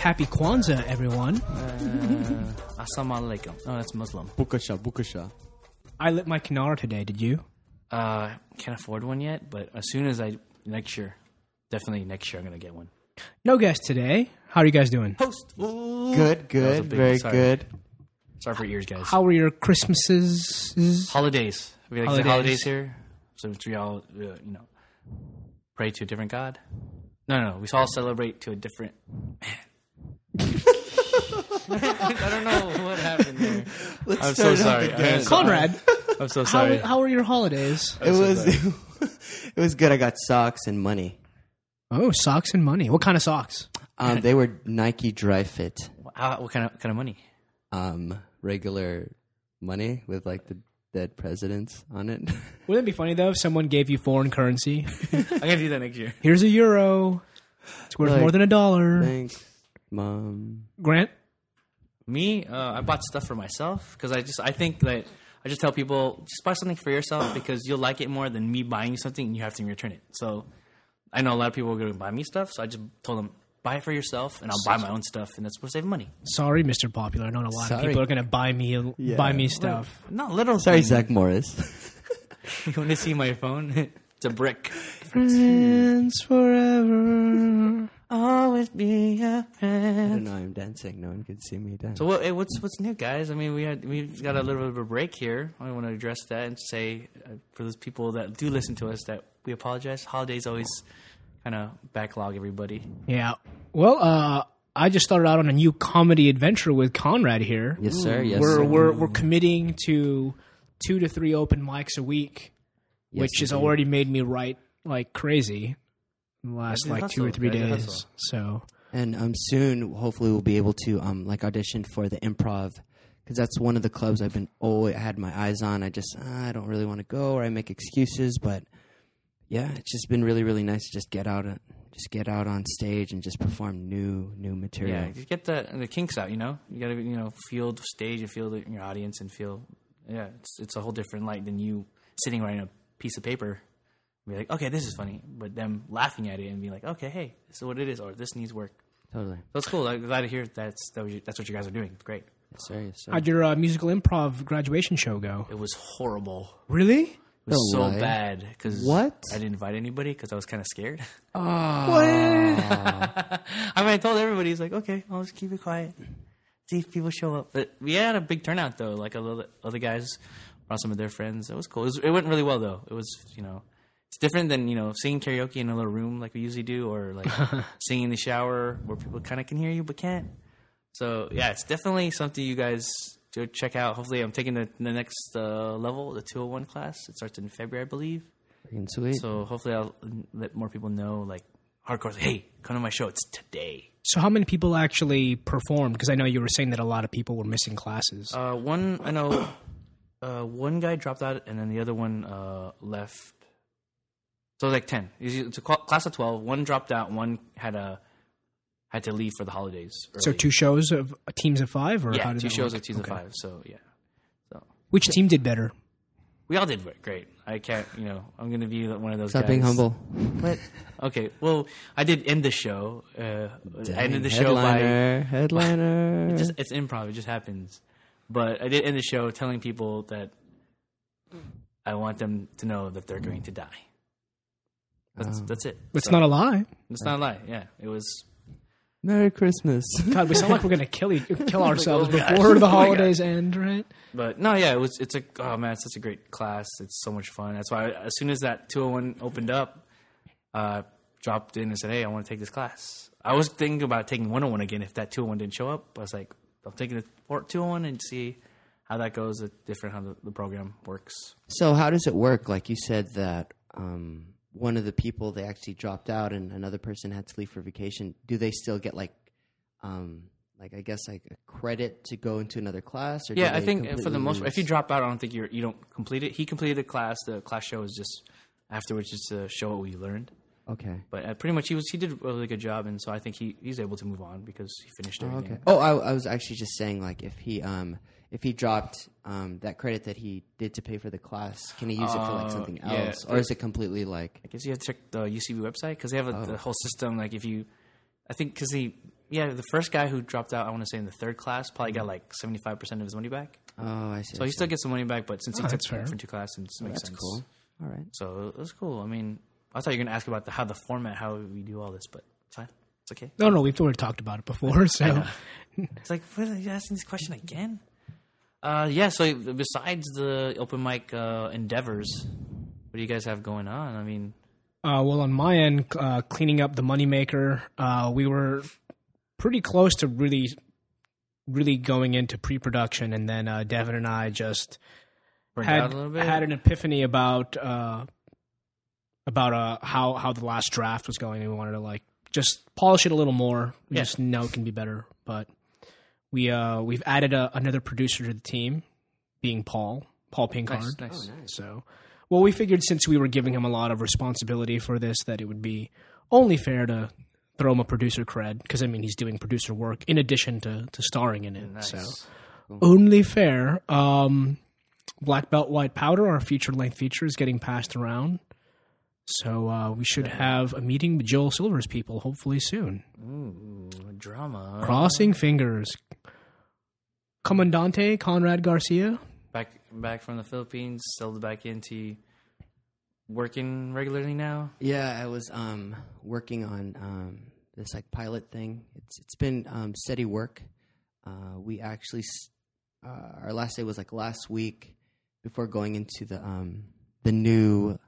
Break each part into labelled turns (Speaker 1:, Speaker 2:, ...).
Speaker 1: Happy Kwanzaa, everyone.
Speaker 2: Uh, Assalamu alaikum. Oh, that's Muslim.
Speaker 3: Bukasha, Bukasha.
Speaker 1: I lit my Kinar today, did you?
Speaker 2: Uh, can't afford one yet, but as soon as I next year, definitely next year I'm gonna get one.
Speaker 1: No guest today. How are you guys doing?
Speaker 2: Post.
Speaker 3: Good,
Speaker 2: was a
Speaker 3: good,
Speaker 2: big
Speaker 3: very
Speaker 2: one, sorry.
Speaker 3: good.
Speaker 2: Sorry for your ears, guys.
Speaker 1: How were your Christmases?
Speaker 2: Holidays. We like
Speaker 1: Holidays.
Speaker 2: the holidays here. So it's we all, uh, you know, pray to a different God. No, no, no. We all celebrate to a different man. I don't know what happened there. I'm so sorry. I'm so-
Speaker 1: Conrad,
Speaker 2: I'm so
Speaker 1: how,
Speaker 2: sorry.
Speaker 1: how were your holidays?
Speaker 3: It was, it was good. I got socks and money.
Speaker 1: Oh, socks and money. What kind of socks?
Speaker 3: Um, they were Nike Dry Fit,
Speaker 2: How- what kind of kind of money?
Speaker 3: um, regular money with like the dead presidents on it.
Speaker 1: Wouldn't it be funny though if someone gave you foreign currency?
Speaker 2: I'm gonna do that next year.
Speaker 1: Here's a euro. It's worth
Speaker 3: Like,
Speaker 1: more than a dollar.
Speaker 3: Thanks, mom.
Speaker 1: Grant,
Speaker 2: Me, uh, I bought stuff for myself because I just I think that I just tell people just buy something for yourself because you'll like it more than me buying something and you have to return it. So I know a lot of people are going to buy me stuff, so I just told them buy it for yourself and I'll buy my own stuff and that's supposed to save money.
Speaker 1: sorry, Mr. Popular. I know a lot of
Speaker 3: Sorry.
Speaker 1: people are going to buy me buy me stuff.
Speaker 2: Not little.
Speaker 3: Sorry,
Speaker 2: things.
Speaker 3: Zach Morris.
Speaker 2: You want to see my phone? it's a brick.
Speaker 1: Friends forever.
Speaker 2: Always be a
Speaker 3: I
Speaker 2: friend.
Speaker 3: don't know. I'm dancing. No one could see me dance.
Speaker 2: So what, eh, what's what's new, guys? I mean, we had we've got a little bit of a break here. I want to address that and say uh, for those people that do listen to us that we apologize. Holidays always kind of backlog everybody.
Speaker 1: Yeah. Well, uh, I just started out on a new comedy adventure with Conrad here.
Speaker 3: yes, sir. Yes,
Speaker 1: we're
Speaker 3: sir.
Speaker 1: we're we're committing to two to three open mics a week,
Speaker 3: Yes,
Speaker 1: which has
Speaker 3: indeed.
Speaker 1: already made me write like crazy in the last
Speaker 2: Gotta
Speaker 1: like two or
Speaker 2: hustle,
Speaker 1: three
Speaker 2: gotta
Speaker 1: days.
Speaker 2: hustle.
Speaker 1: So
Speaker 3: And um, soon, hopefully, we'll be able to um, like audition for the improv because that's one of the clubs I've been oh I had my eyes on. I just uh, I don't really want to go, or I make excuses. But yeah, it's just been really really nice to just get out, on- just get out on stage and just perform new new material.
Speaker 2: Yeah, just get the the kinks out. You know, you got to you know feel the stage and feel the, your audience and feel. Yeah, it's it's a whole different light than you sitting writing a piece of paper. and Be like, okay, this is funny, but them laughing at it and being like, okay, hey, this is what it is, or this needs work.
Speaker 3: Totally.
Speaker 2: So it's cool. I'm glad to hear that's that was, that's what you guys are doing. Great.
Speaker 3: Yes, sir. Yes, sir.
Speaker 1: how'd your uh, musical improv graduation show go?
Speaker 2: It was horrible.
Speaker 1: Really?
Speaker 2: It was
Speaker 3: The
Speaker 2: so
Speaker 3: lie.
Speaker 2: bad because
Speaker 3: What?
Speaker 2: I didn't invite anybody because I was kind of scared. what? I mean, I told everybody. He's like, okay, I'll just keep it quiet. See if people show up. But we had a big turnout though. Like other other guys brought some of their friends. It was cool. It, was, it went really well though. It was you know. It's different than you know singing karaoke in a little room like we usually do, or like singing in the shower where people kind of can hear you but can't. So yeah, it's definitely something you guys to check out. Hopefully, I'm taking the, the next uh, level, the 201 class. It starts in February, I believe.
Speaker 3: Freaking sweet.
Speaker 2: So hopefully, I'll let more people know. Like hardcore, like, hey, come to my show. It's today.
Speaker 1: So how many people actually performed? Because I know you were saying that a lot of people were missing classes.
Speaker 2: Uh, one, I know, uh, one guy dropped out, and then the other one uh, left. So like ten. It's it's a cl- class of twelve. One dropped out. One had a had to leave for the holidays.
Speaker 1: so
Speaker 2: early.
Speaker 1: two shows of uh, teams of five, or how
Speaker 2: yeah,
Speaker 1: did
Speaker 2: two
Speaker 1: that
Speaker 2: shows
Speaker 1: work?
Speaker 2: at two to
Speaker 1: Okay.
Speaker 2: five. So yeah.
Speaker 1: Which team did better?
Speaker 2: We all did great- great. I can't, you know, I'm going to be one of those
Speaker 3: Stop
Speaker 2: guys.
Speaker 3: being humble.
Speaker 2: But okay, well, I did end the show. Uh, I ended the show by
Speaker 3: headliner, headliner.
Speaker 2: just it's improv. It just happens. But I did end the show telling people that I want them to know that they're going to die.
Speaker 3: Oh.
Speaker 2: That's that's it.
Speaker 1: It's
Speaker 2: So,
Speaker 1: not a lie.
Speaker 2: It's not a lie. Yeah, it was.
Speaker 3: Merry Christmas.
Speaker 1: God, we sound like we're gonna kill e- kill ourselves
Speaker 2: my God.
Speaker 1: before
Speaker 2: Oh
Speaker 1: the
Speaker 2: my God.
Speaker 1: holidays end, right?
Speaker 2: But no, yeah, it was. It's a oh man, it's such a great class. It's so much fun. That's why as soon as that 201 opened up, uh, dropped in and said, "Hey, I want to take this class." I was thinking about taking 101 again if that 201 didn't show up. I was like, "I'm taking the four- 201 and see how that goes. It's different how the, the program works."
Speaker 3: So how does it work? Like you said that um, one of the people they actually dropped out and another person had to leave for vacation. Do they still get like, um, like I guess like a credit to go into another class? Or do
Speaker 2: Yeah, I
Speaker 3: they
Speaker 2: think uh, for the
Speaker 3: completely
Speaker 2: most,
Speaker 3: lose?
Speaker 2: if you drop out, I don't think you're you don't complete it. He completed the class. The class show is just afterwards, just to show what we learned.
Speaker 3: okay.
Speaker 2: But uh, pretty much, he was he did a really good job, and so I think he, he's able to move on because he finished everything.
Speaker 3: Okay. Oh, I, I was actually just saying like if he um if he dropped um that credit that he did to pay for the class, can he use it for like something
Speaker 2: Oh, yeah.
Speaker 3: else, or is it completely like
Speaker 2: I guess you have to check the UCB website because they have a, the whole system. Like if you, I think because they yeah, the first guy who dropped out, I want to say in the third class, probably got like seventy five percent of his money back.
Speaker 3: Oh, I see.
Speaker 2: So he still gets some money back, but since
Speaker 1: Oh,
Speaker 2: he took
Speaker 1: that's fair.
Speaker 2: from two class, it just makes
Speaker 3: That's
Speaker 2: sense.
Speaker 3: cool. All right.
Speaker 2: So it was cool. I mean, I thought you were gonna ask about the, how the format, how we do all this, but it's fine. It's okay.
Speaker 1: No, no, we've already talked about it before. So
Speaker 2: It's like, what are you asking this question again? Uh, yeah. So besides the open mic uh, endeavors, what do you guys have going on? I mean,
Speaker 1: Uh, well, on my end, c- uh, cleaning up the moneymaker, uh, we were pretty close to really, really going into pre-production, and then uh, Devin and I just
Speaker 2: burned out
Speaker 1: had,
Speaker 2: a little bit.
Speaker 1: had an epiphany about uh, about uh, how how the last draft was going, and we wanted to like just polish it a little more. We
Speaker 2: Yeah.
Speaker 1: just know it can be better, but we uh, we've added a, another producer to the team, being Paul Paul Pinkard.
Speaker 2: nice, nice.
Speaker 1: So, well, we figured since we were giving him a lot of responsibility for this, that it would be only fair to throw him a producer cred because I mean he's doing producer work in addition to to starring in it. So, only fair. Um, Black Belt White Powder, our feature length feature, is getting passed around. So uh, we should have a meeting with Joel Silver's people hopefully soon.
Speaker 2: drama.
Speaker 1: Crossing fingers. Commandante Conrad Garcia.
Speaker 2: back back from the Philippines, settled back into working regularly now.
Speaker 3: Yeah, I was um, working on um, this like pilot thing. It's it's been um, steady work. Uh, we actually s- uh, our last day was like last week before going into the um, the new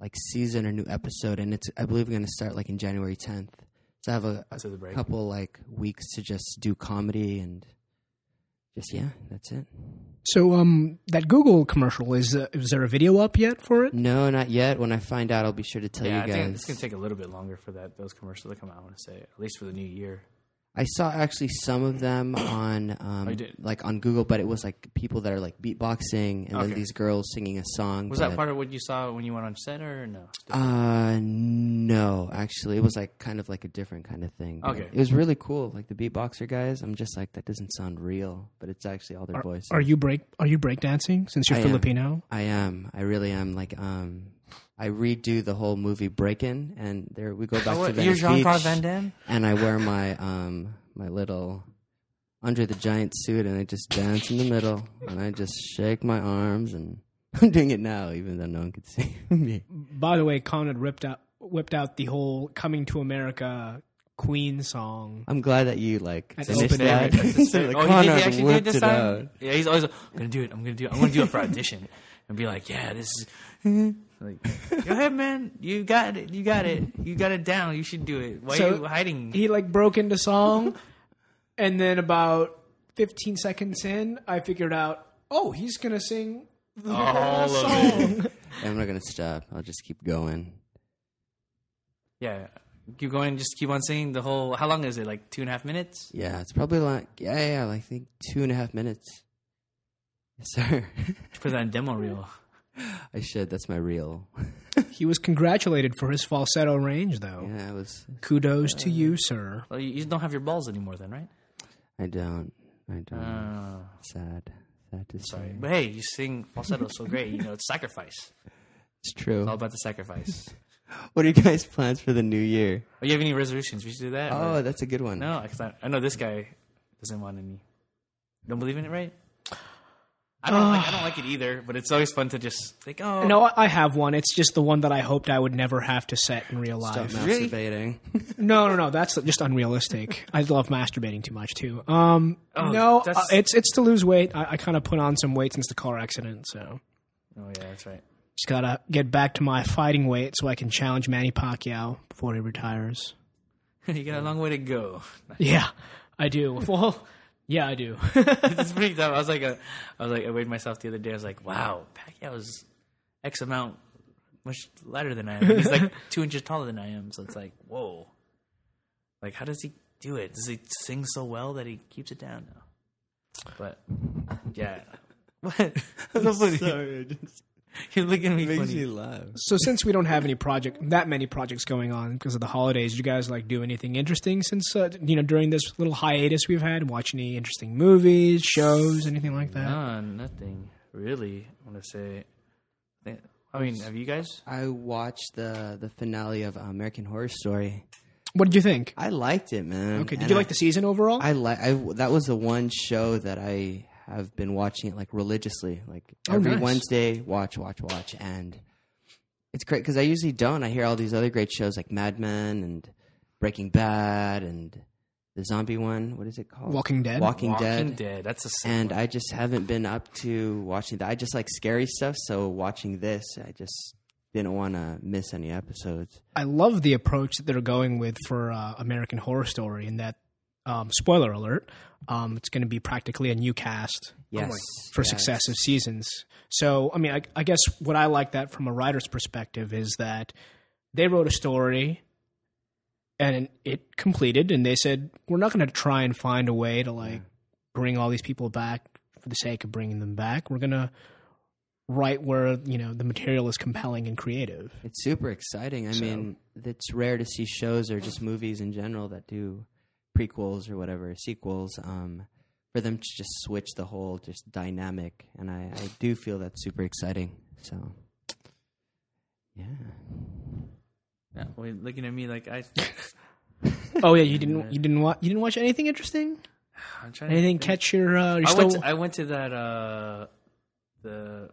Speaker 3: like season or new episode, and it's I believe we're going to start like in January tenth. So I have a, a
Speaker 2: So the break.
Speaker 3: couple like weeks to just do comedy and just yeah, that's it.
Speaker 1: So um, that Google commercial is uh, is there a video up yet for it?
Speaker 3: No, not yet. When I find out, I'll be sure to tell
Speaker 2: yeah,
Speaker 3: you
Speaker 2: I
Speaker 3: guys.
Speaker 2: think it's gonna take a little bit longer for that those commercials to come out. I want to say at least for the new year.
Speaker 3: I saw actually some of them on um,
Speaker 2: you did?
Speaker 3: like on Google, but it was like people that are like beatboxing and
Speaker 2: Okay.
Speaker 3: then these girls singing a song.
Speaker 2: Was
Speaker 3: but-
Speaker 2: that part of what you saw when you went on set or no?
Speaker 3: Uh, no, actually, it was like kind of like a different kind of thing. but
Speaker 2: Okay.
Speaker 3: it was really cool. Like the beatboxer guys, I'm just like that doesn't sound real, but it's actually all their voices.
Speaker 1: Are you break Are you breakdancing since you're
Speaker 3: I am.
Speaker 1: Filipino?
Speaker 3: I am. I really am. Like um, I redo the whole movie Breakin', and there we go back to Venice Beach.
Speaker 2: Damme.
Speaker 3: and I wear my um my little under the giant suit and I just dance in the middle and I just shake my arms and I'm doing it now even though no one could see me.
Speaker 1: By the way, Conrad ripped out whipped out the whole "Coming to America" Queen song.
Speaker 3: I'm glad that you like
Speaker 1: That's
Speaker 3: finished
Speaker 1: open air.
Speaker 3: that. So, like,
Speaker 2: oh, he, did,
Speaker 3: Conrad
Speaker 2: he actually did
Speaker 3: whipped
Speaker 2: this
Speaker 3: it
Speaker 2: time.
Speaker 3: out.
Speaker 2: Yeah, he's always like, I'm gonna do it. I'm gonna do it. I'm gonna do it for audition and be like, yeah, this is. Like, go ahead, man. You got it. You got it. You got it down. You should do it. Why are
Speaker 1: So-
Speaker 2: you hiding?
Speaker 1: He like broke into song, and then about 15 seconds in, I figured out, oh, he's gonna sing the whole
Speaker 2: All of
Speaker 1: song.
Speaker 3: I'm not gonna stop. I'll just keep going.
Speaker 2: Yeah. Keep going. Just keep on singing the whole. How long is it? Like two and a half minutes?
Speaker 3: Yeah, it's probably like yeah, yeah, like I think two and a half minutes. Yes, sir.
Speaker 2: Put that on demo reel.
Speaker 3: I should. That's my reel.
Speaker 1: He was congratulated for his falsetto range,
Speaker 2: Oh.
Speaker 1: though.
Speaker 3: Yeah, I was.
Speaker 1: Kudos to you, sir.
Speaker 2: Well, you, you don't have your balls anymore, then, right?
Speaker 3: I don't. I don't.
Speaker 2: Uh,
Speaker 3: sad. Sad to say.
Speaker 2: but hey, you sing falsetto so great. You know, it's sacrifice.
Speaker 3: It's true.
Speaker 2: It's all about the sacrifice.
Speaker 3: What are you guys' plans for the new year?
Speaker 2: Oh, you have any resolutions? We should do that. or-
Speaker 3: Oh, that's a good one.
Speaker 2: no, because I, I know this guy doesn't want any. Don't believe in it, right? I don't. like, I don't like it either. But it's always fun to just think, oh,
Speaker 1: No, I- I have one. It's just the one that I hoped I would never have to set in real life.
Speaker 3: Stop
Speaker 2: Really?
Speaker 3: masturbating.
Speaker 1: No, no, no. That's just unrealistic. I love masturbating too much too. Um,
Speaker 2: Oh,
Speaker 1: no,
Speaker 2: that's-
Speaker 1: uh, it's it's to lose weight. I, I kind of put on some weight since the car accident, so
Speaker 2: Oh yeah, that's right.
Speaker 1: just gotta get back to my fighting weight so I can challenge Manny Pacquiao before he retires.
Speaker 2: you got a long way to go.
Speaker 1: Yeah, I do. Well, yeah, I do.
Speaker 2: it's pretty tough. I was like, uh, I was like, I weighed myself the other day. I was like, wow, Pacquiao is X amount much lighter than I am. He's like two inches taller than I am. So it's like, whoa. Like, how does he do it? Does he sing so well that he keeps it down now? But yeah, what? That's so funny.
Speaker 3: Sorry, it just
Speaker 2: You're looking at me funny.
Speaker 3: laugh.
Speaker 1: so since we don't have any project that many projects going on because of the holidays, did you guys like do anything interesting since uh, you know during this little hiatus we've had? Watch any interesting movies, shows, anything like
Speaker 3: Uh,
Speaker 1: that?
Speaker 2: No, nothing really. I want to say. I think- I mean, have you guys?
Speaker 3: I watched the the finale of American Horror Story.
Speaker 1: What did you think?
Speaker 3: I liked it, man.
Speaker 1: Okay, did
Speaker 3: And
Speaker 1: you
Speaker 3: I-
Speaker 1: like the season overall?
Speaker 3: I like I that was the one show that I have been watching it like religiously, like
Speaker 1: Oh,
Speaker 3: every
Speaker 1: nice.
Speaker 3: Wednesday, watch, watch, watch, and it's great because I usually don't. I hear all these other great shows like Mad Men and Breaking Bad and the zombie one. What is it called?
Speaker 1: Walking Dead?
Speaker 3: Walking,
Speaker 2: Walking
Speaker 3: Dead.
Speaker 2: Dead. That's a sick
Speaker 3: And
Speaker 2: one.
Speaker 3: I just haven't been up to watching that. I just like scary stuff, so watching this, I just didn't want to miss any episodes.
Speaker 1: I love the approach that they're going with for uh, American Horror Story, in that, um, spoiler alert, um, it's going to be practically a new cast
Speaker 3: Yes,
Speaker 1: for
Speaker 3: yes.
Speaker 1: successive seasons. So, I mean, I, I guess what I like that from a writer's perspective is that they wrote a story and it completed, and they said, we're not going to try and find a way to like bring all these people back for the sake of bringing them back. We're going to write where, you know, the material is compelling and creative.
Speaker 3: It's super exciting. I mean, it's rare to see shows or just movies in general that do prequels or whatever sequels. Um, for them to just switch the whole just dynamic, and I, I do feel that's super exciting. So, yeah,
Speaker 2: Yeah, well, you're looking at me like I.
Speaker 1: Oh yeah, you didn't you didn't watch you didn't watch anything interesting?
Speaker 2: I'm trying to
Speaker 1: Anything
Speaker 2: think.
Speaker 1: catch your uh your
Speaker 2: I
Speaker 1: still
Speaker 2: went, to, I went to that uh the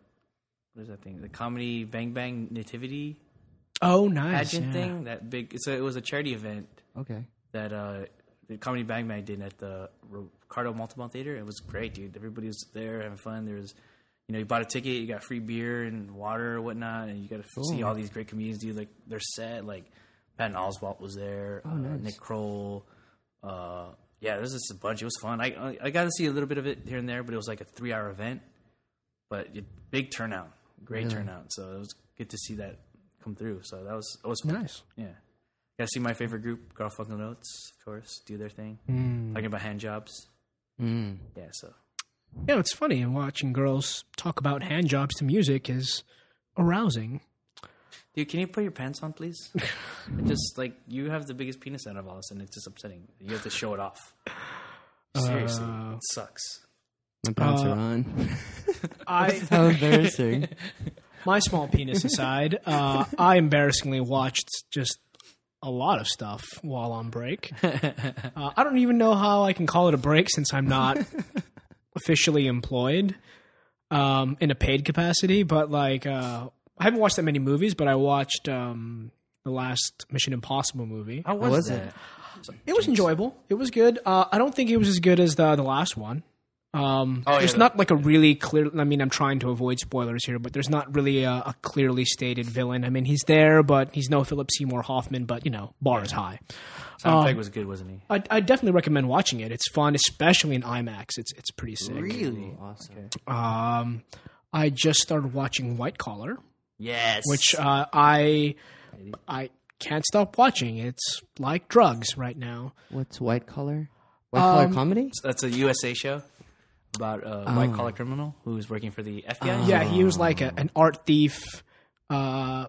Speaker 2: what is that thing the comedy Bang Bang Nativity
Speaker 1: Oh nice.
Speaker 2: pageant
Speaker 1: yeah.
Speaker 2: thing that big so it was a charity event
Speaker 3: okay,
Speaker 2: that uh the comedy Bang Bang did at the Ricardo Montalban Theater it was great dude everybody was there having fun there was you know you bought a ticket you got free beer and water or whatnot and you got to see all these great comedians do like their set like Patton Oswalt was there uh, Nick Kroll uh yeah, there's just a bunch. It was fun. I- I I got to see a little bit of it here and there, but it was like a three hour event. But it, big turnout, great turnout. So it was good to see that come through. So that was that was fun.
Speaker 1: Nice.
Speaker 2: Yeah, got to see my favorite group, Garfunkel Notes, of course, do their thing.
Speaker 3: Mm.
Speaker 2: Talking about hand jobs. Yeah, so
Speaker 1: Yeah, it's funny and watching girls talk about hand jobs to music is arousing.
Speaker 2: dude, can you put your pants on, please? It just like you have the biggest penis out of all us, and it's just upsetting. You have to show it off. Seriously,
Speaker 3: Uh,
Speaker 2: it sucks.
Speaker 3: my pants are on.
Speaker 1: I
Speaker 3: Uh, How embarrassing!
Speaker 1: my small penis aside, uh, I embarrassingly watched just a lot of stuff while on break. Uh, I don't even know how I can call it a break since I'm not officially employed um, in a paid capacity. But like, uh, I haven't watched that many movies, but I watched um, the last Mission Impossible movie.
Speaker 2: How was,
Speaker 3: was
Speaker 2: that?
Speaker 3: it?
Speaker 1: It was enjoyable. It was good. Uh, I don't think it was as good as the the last one. Um,
Speaker 2: Oh, yeah,
Speaker 1: there's
Speaker 2: the-
Speaker 1: not like a really clear. I mean, I'm trying to avoid spoilers here, but there's not really a, a clearly stated villain. I mean, he's there, but he's no Philip Seymour Hoffman. But you know, bar is high.
Speaker 2: Tom
Speaker 3: Um,
Speaker 2: Pegg was good, wasn't he?
Speaker 1: I, I definitely recommend watching it. It's fun, especially in IMAX. It's it's pretty sick.
Speaker 3: really awesome.
Speaker 1: Um, I just started watching White Collar,
Speaker 2: Yes.
Speaker 1: which uh, I I can't stop watching. It's like drugs right now.
Speaker 3: What's white collar? White collar comedy?
Speaker 2: That's a USA show about a white collar criminal who is working for the
Speaker 3: Uh,
Speaker 2: FBI.
Speaker 1: Yeah, he
Speaker 2: Um,
Speaker 1: was like a, an art thief uh,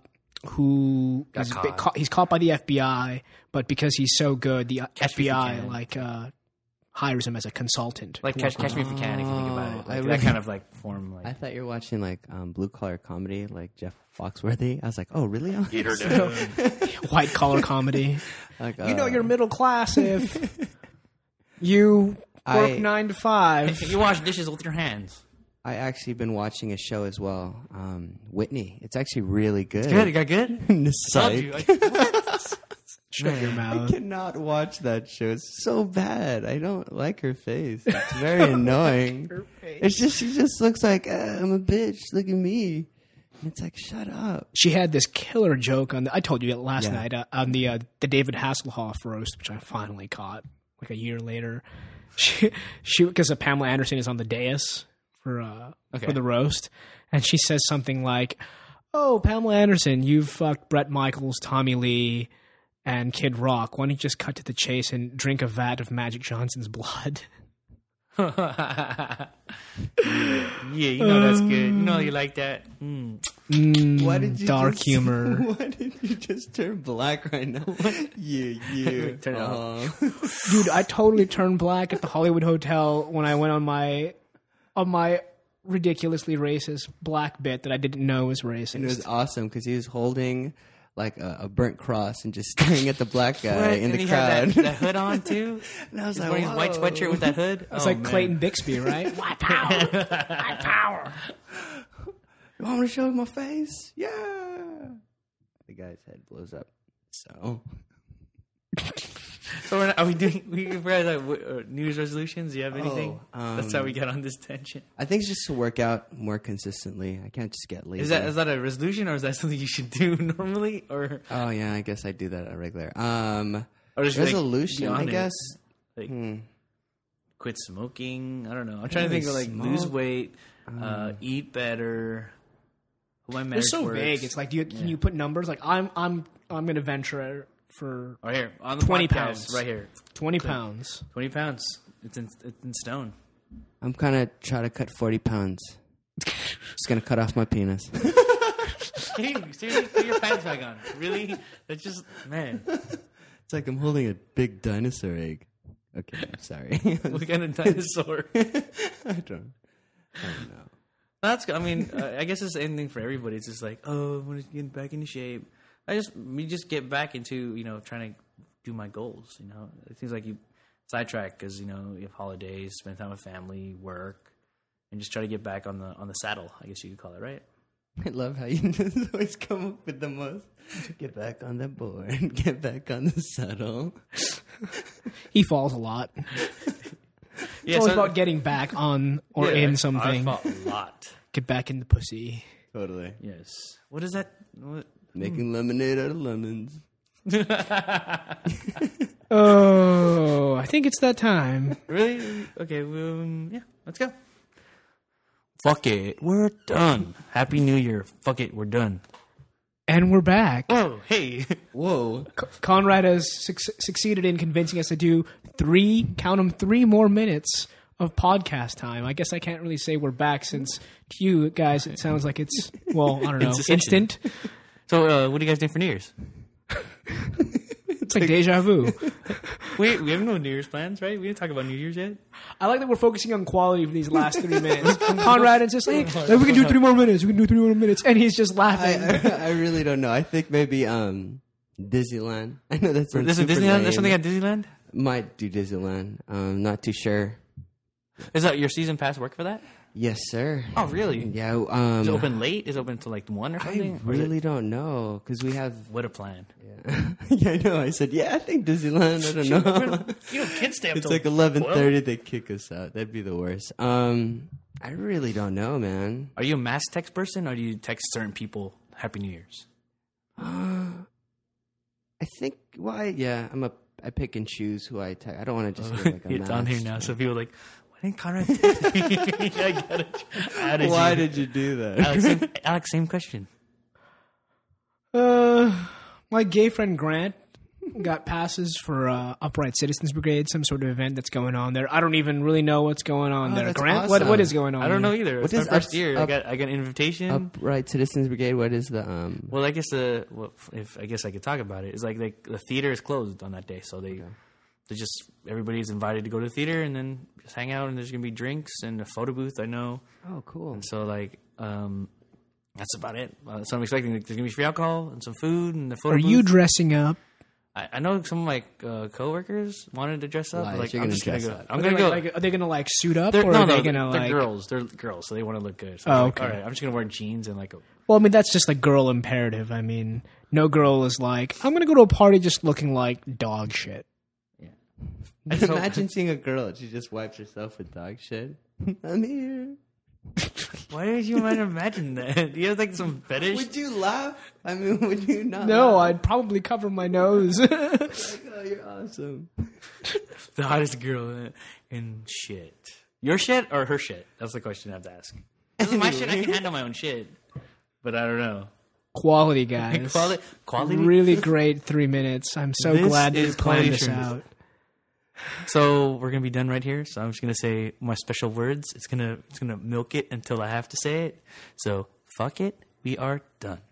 Speaker 1: who is
Speaker 2: caught.
Speaker 1: bit caught. he's caught by the FBI, but because he's so good, the FBI like uh, hires him as a consultant.
Speaker 2: Like Catch, Catch Me If You Can, if you think about it. Like
Speaker 3: Oh, I
Speaker 2: that
Speaker 3: really-
Speaker 2: kind of like form. Like
Speaker 3: I thought you were watching like um, blue collar comedy, like Jeff Foxworthy. I was like, oh, really?
Speaker 1: White collar comedy.
Speaker 3: Like,
Speaker 1: you know,
Speaker 3: uh,
Speaker 1: you're middle class if you work
Speaker 3: I-
Speaker 1: nine to five.
Speaker 2: you wash dishes with your hands.
Speaker 3: I actually been watching a show as well, um, Whitney. It's actually really good.
Speaker 2: It got good. Told you. uh,
Speaker 3: Psych.
Speaker 2: I-
Speaker 1: Shut your
Speaker 3: I
Speaker 1: mouth.
Speaker 3: cannot watch that show. It's so bad. I don't like her face. It's very annoying. It's just she just looks like "Ah, I'm a bitch. Look at me. And it's like shut up.
Speaker 1: She had this killer joke on. The, I told you that last
Speaker 3: Yeah.
Speaker 1: night uh, on the uh, the David Hasselhoff roast, which I finally caught like a year later. She she because Pamela Anderson is on the dais for uh, for the roast, and she says something like, "Oh, Pamela Anderson, you fucked Brett Michaels, Tommy Lee." And Kid Rock, why don't you just cut to the chase and drink a vat of Magic Johnson's blood?
Speaker 2: yeah, you know that's good. You know you like that. Mm.
Speaker 3: Why did you
Speaker 1: dark
Speaker 3: just-
Speaker 1: humor.
Speaker 3: Why did you just turn black right now? yeah, yeah.
Speaker 2: Turn it off.
Speaker 3: Uh,
Speaker 1: dude i totally turned black at the hollywood hotel when i went on my on my ridiculously racist black bit that i didn't know was racist
Speaker 3: It was awesome because he was holding like a, a burnt cross and just staring at the black guy
Speaker 2: What?
Speaker 3: in
Speaker 2: And
Speaker 3: the
Speaker 2: he
Speaker 3: crowd.
Speaker 2: Had that, that hood on too.
Speaker 3: and I was
Speaker 2: He's
Speaker 3: like,
Speaker 2: wearing his white
Speaker 3: "Whoa."
Speaker 2: sweatshirt with that hood.
Speaker 1: It's
Speaker 2: Oh,
Speaker 1: like
Speaker 2: man.
Speaker 1: Clayton Bixby, right? my power, my power.
Speaker 3: You want me to show my face? Yeah. The guy's head blows up. So
Speaker 2: So we're not, are we doing? We realize like w- uh, New Year's resolutions. Do you have anything?
Speaker 3: Oh, um,
Speaker 2: That's how we get on this tension.
Speaker 3: I think it's just to work out more consistently. I can't just get lazy.
Speaker 2: Is that is that a resolution or is that something you should do normally or
Speaker 3: oh yeah, I guess I do that at regular. Um,
Speaker 2: or just like,
Speaker 3: resolution,
Speaker 2: be on
Speaker 3: I
Speaker 2: it?
Speaker 3: guess.
Speaker 2: Like,
Speaker 3: Hmm.
Speaker 2: quit smoking. I don't know. I'm trying to
Speaker 3: Really
Speaker 2: think of like lose
Speaker 3: smoke? um,
Speaker 2: weight, uh, eat better. Hope my marriage
Speaker 1: It's so
Speaker 2: works.
Speaker 1: vague. It's like, do you, can you put numbers? Like, I'm, I'm, I'm gonna venture for
Speaker 2: right here on the
Speaker 1: 20
Speaker 2: podcast,
Speaker 1: pounds.
Speaker 2: Right here,
Speaker 1: twenty pounds.
Speaker 2: twenty pounds. It's in it's in stone.
Speaker 3: I'm gonna try to cut 40 pounds. just gonna cut off my penis.
Speaker 2: Kidding? Seriously, put your pants back on. Really? That's just man.
Speaker 3: It's like I'm holding a big dinosaur egg. Okay, I'm sorry.
Speaker 2: What kind of dinosaur?
Speaker 3: I don't. I don't know.
Speaker 2: That's. I mean, uh, I guess it's the same thing for everybody. It's just like, oh, I want to get back into shape. I just we just get back into you know trying to do my goals. You know, it seems like you sidetrack because you know you have holidays, spend time with family, work, and just try to get back on the on the saddle. I guess you could call it right.
Speaker 3: I love how you just always come up with the most. Get back on the board. Get back on the saddle.
Speaker 1: He falls a lot. It's
Speaker 2: Yeah,
Speaker 1: always about getting back on or
Speaker 2: yeah,
Speaker 1: in something.
Speaker 2: I fought a lot.
Speaker 1: Get back in the pussy.
Speaker 3: Totally.
Speaker 2: Yes. What is that? What?
Speaker 3: Making lemonade out of lemons.
Speaker 1: Oh, I think it's that time.
Speaker 2: Really? Okay. Um, yeah. Let's go. Fuck it. We're done. Happy New Year. Fuck it. We're done.
Speaker 1: And we're back.
Speaker 2: Oh, hey.
Speaker 3: Whoa.
Speaker 1: C- Conrad has suc- succeeded in convincing us to do three, count them, three more minutes of podcast time. I guess I can't really say we're back since to you guys it sounds like it's well I don't know
Speaker 2: It's a session.
Speaker 1: instant.
Speaker 2: So, uh, what do you guys do for New Year's?
Speaker 1: It's like deja vu.
Speaker 2: Wait, we have no New Year's plans, right? We didn't talk about New Year's yet.
Speaker 1: I like that we're focusing on quality for these last three minutes. Conrad insists, hey, like, we can do three more minutes. We can do three more minutes, and he's just
Speaker 3: I,
Speaker 1: laughing.
Speaker 3: I, I really don't know. I think maybe um Disneyland. I know that's
Speaker 2: There's a Disneyland. There's something at Disneyland.
Speaker 3: might do Disneyland. Um, not too sure.
Speaker 2: Is that your season pass work for that?
Speaker 3: Yes, sir.
Speaker 2: Oh, really?
Speaker 3: Yeah. Um,
Speaker 2: Is it open late? Is it open till like one or
Speaker 3: I
Speaker 2: something? Or is it-
Speaker 3: really don't know because we have.
Speaker 2: What a plan!
Speaker 3: Yeah. yeah, I know. I said, yeah, I think Disneyland. I don't know.
Speaker 2: You know, kids stay up
Speaker 3: it's
Speaker 2: till
Speaker 3: like eleven thirty. They kick us out. That'd be the worst. Um, I really don't know, man.
Speaker 2: Are you a mass text person, or do you text certain people Happy New Year's?
Speaker 3: I think why? yeah, I'm a. I pick and choose who I text. I don't want to just. get, like, a
Speaker 2: it's on here
Speaker 3: mass.
Speaker 2: now, so people are like, why didn't Conrad? text me?" I got it. How did
Speaker 3: Why
Speaker 2: you-
Speaker 3: did you do that?
Speaker 2: Alex, same, Alex, same question.
Speaker 1: Uh, my gay friend Grant got passes for uh, Upright Citizens Brigade, some sort of event that's going on there. I don't even really know what's going on
Speaker 3: Oh,
Speaker 1: there.
Speaker 3: that's
Speaker 1: Grant, what
Speaker 3: awesome.
Speaker 1: what is going on?
Speaker 2: I don't know
Speaker 1: there?
Speaker 2: either.
Speaker 3: What
Speaker 2: it's
Speaker 3: is
Speaker 2: my first
Speaker 3: up-
Speaker 2: year. I
Speaker 3: up-
Speaker 2: got I got an invitation.
Speaker 3: Upright Uh, Citizens Brigade. What is the um?
Speaker 2: Well, I guess uh, well, if I guess I could talk about it, it's like they, the theater is closed on that day, so they they just everybody's invited to go to the theater and then just hang out, and there's gonna be drinks and a photo booth. I know,
Speaker 3: Oh, cool.
Speaker 2: so like um, that's about it. Uh, so I'm expecting like, there's gonna be free alcohol and some food and the photo
Speaker 1: Are
Speaker 2: booth.
Speaker 1: you dressing up?
Speaker 2: I, I know some of my uh, coworkers wanted to dress up.
Speaker 3: Lies,
Speaker 2: like
Speaker 3: you're
Speaker 2: I'm
Speaker 3: gonna
Speaker 2: just gonna
Speaker 3: dress
Speaker 2: go.
Speaker 3: up.
Speaker 2: I'm
Speaker 1: Are they
Speaker 2: gonna
Speaker 1: gonna,
Speaker 2: go.
Speaker 1: like, are they gonna like suit up,
Speaker 2: they're,
Speaker 1: or
Speaker 2: no,
Speaker 1: are they
Speaker 2: no,
Speaker 1: gonna
Speaker 2: they're
Speaker 1: like?
Speaker 2: girls. They're girls, so they want to look good. So
Speaker 1: Oh,
Speaker 2: I'm like,
Speaker 1: okay.
Speaker 2: All right, I'm just gonna wear jeans and like a
Speaker 1: Well, I mean that's just like girl imperative. I mean, no girl is like, I'm gonna go to a party just looking like dog shit.
Speaker 2: just hope-
Speaker 3: Imagine seeing a girl. She just wipes herself with dog shit. I'm here.
Speaker 2: Why did you even imagine that? Do you have like some fetish?
Speaker 3: Would you laugh? I mean, would you not?
Speaker 1: No,
Speaker 3: laugh?
Speaker 1: I'd probably cover my nose.
Speaker 3: Like, oh, you're awesome.
Speaker 2: the hottest girl in shit. Your shit or her shit? That's the question I have to ask. This is my shit. I can handle my own shit, but I don't know.
Speaker 1: Quality guys.
Speaker 2: Quality, quality.
Speaker 1: Really great three minutes. I'm so
Speaker 2: This
Speaker 1: glad that
Speaker 2: is
Speaker 1: you planned
Speaker 2: quality
Speaker 1: this
Speaker 2: assurance.
Speaker 1: out.
Speaker 2: So we're gonna be done right here. So I'm just gonna say my special words. It's gonna it's gonna milk it until I have to say it. So fuck it. We are done.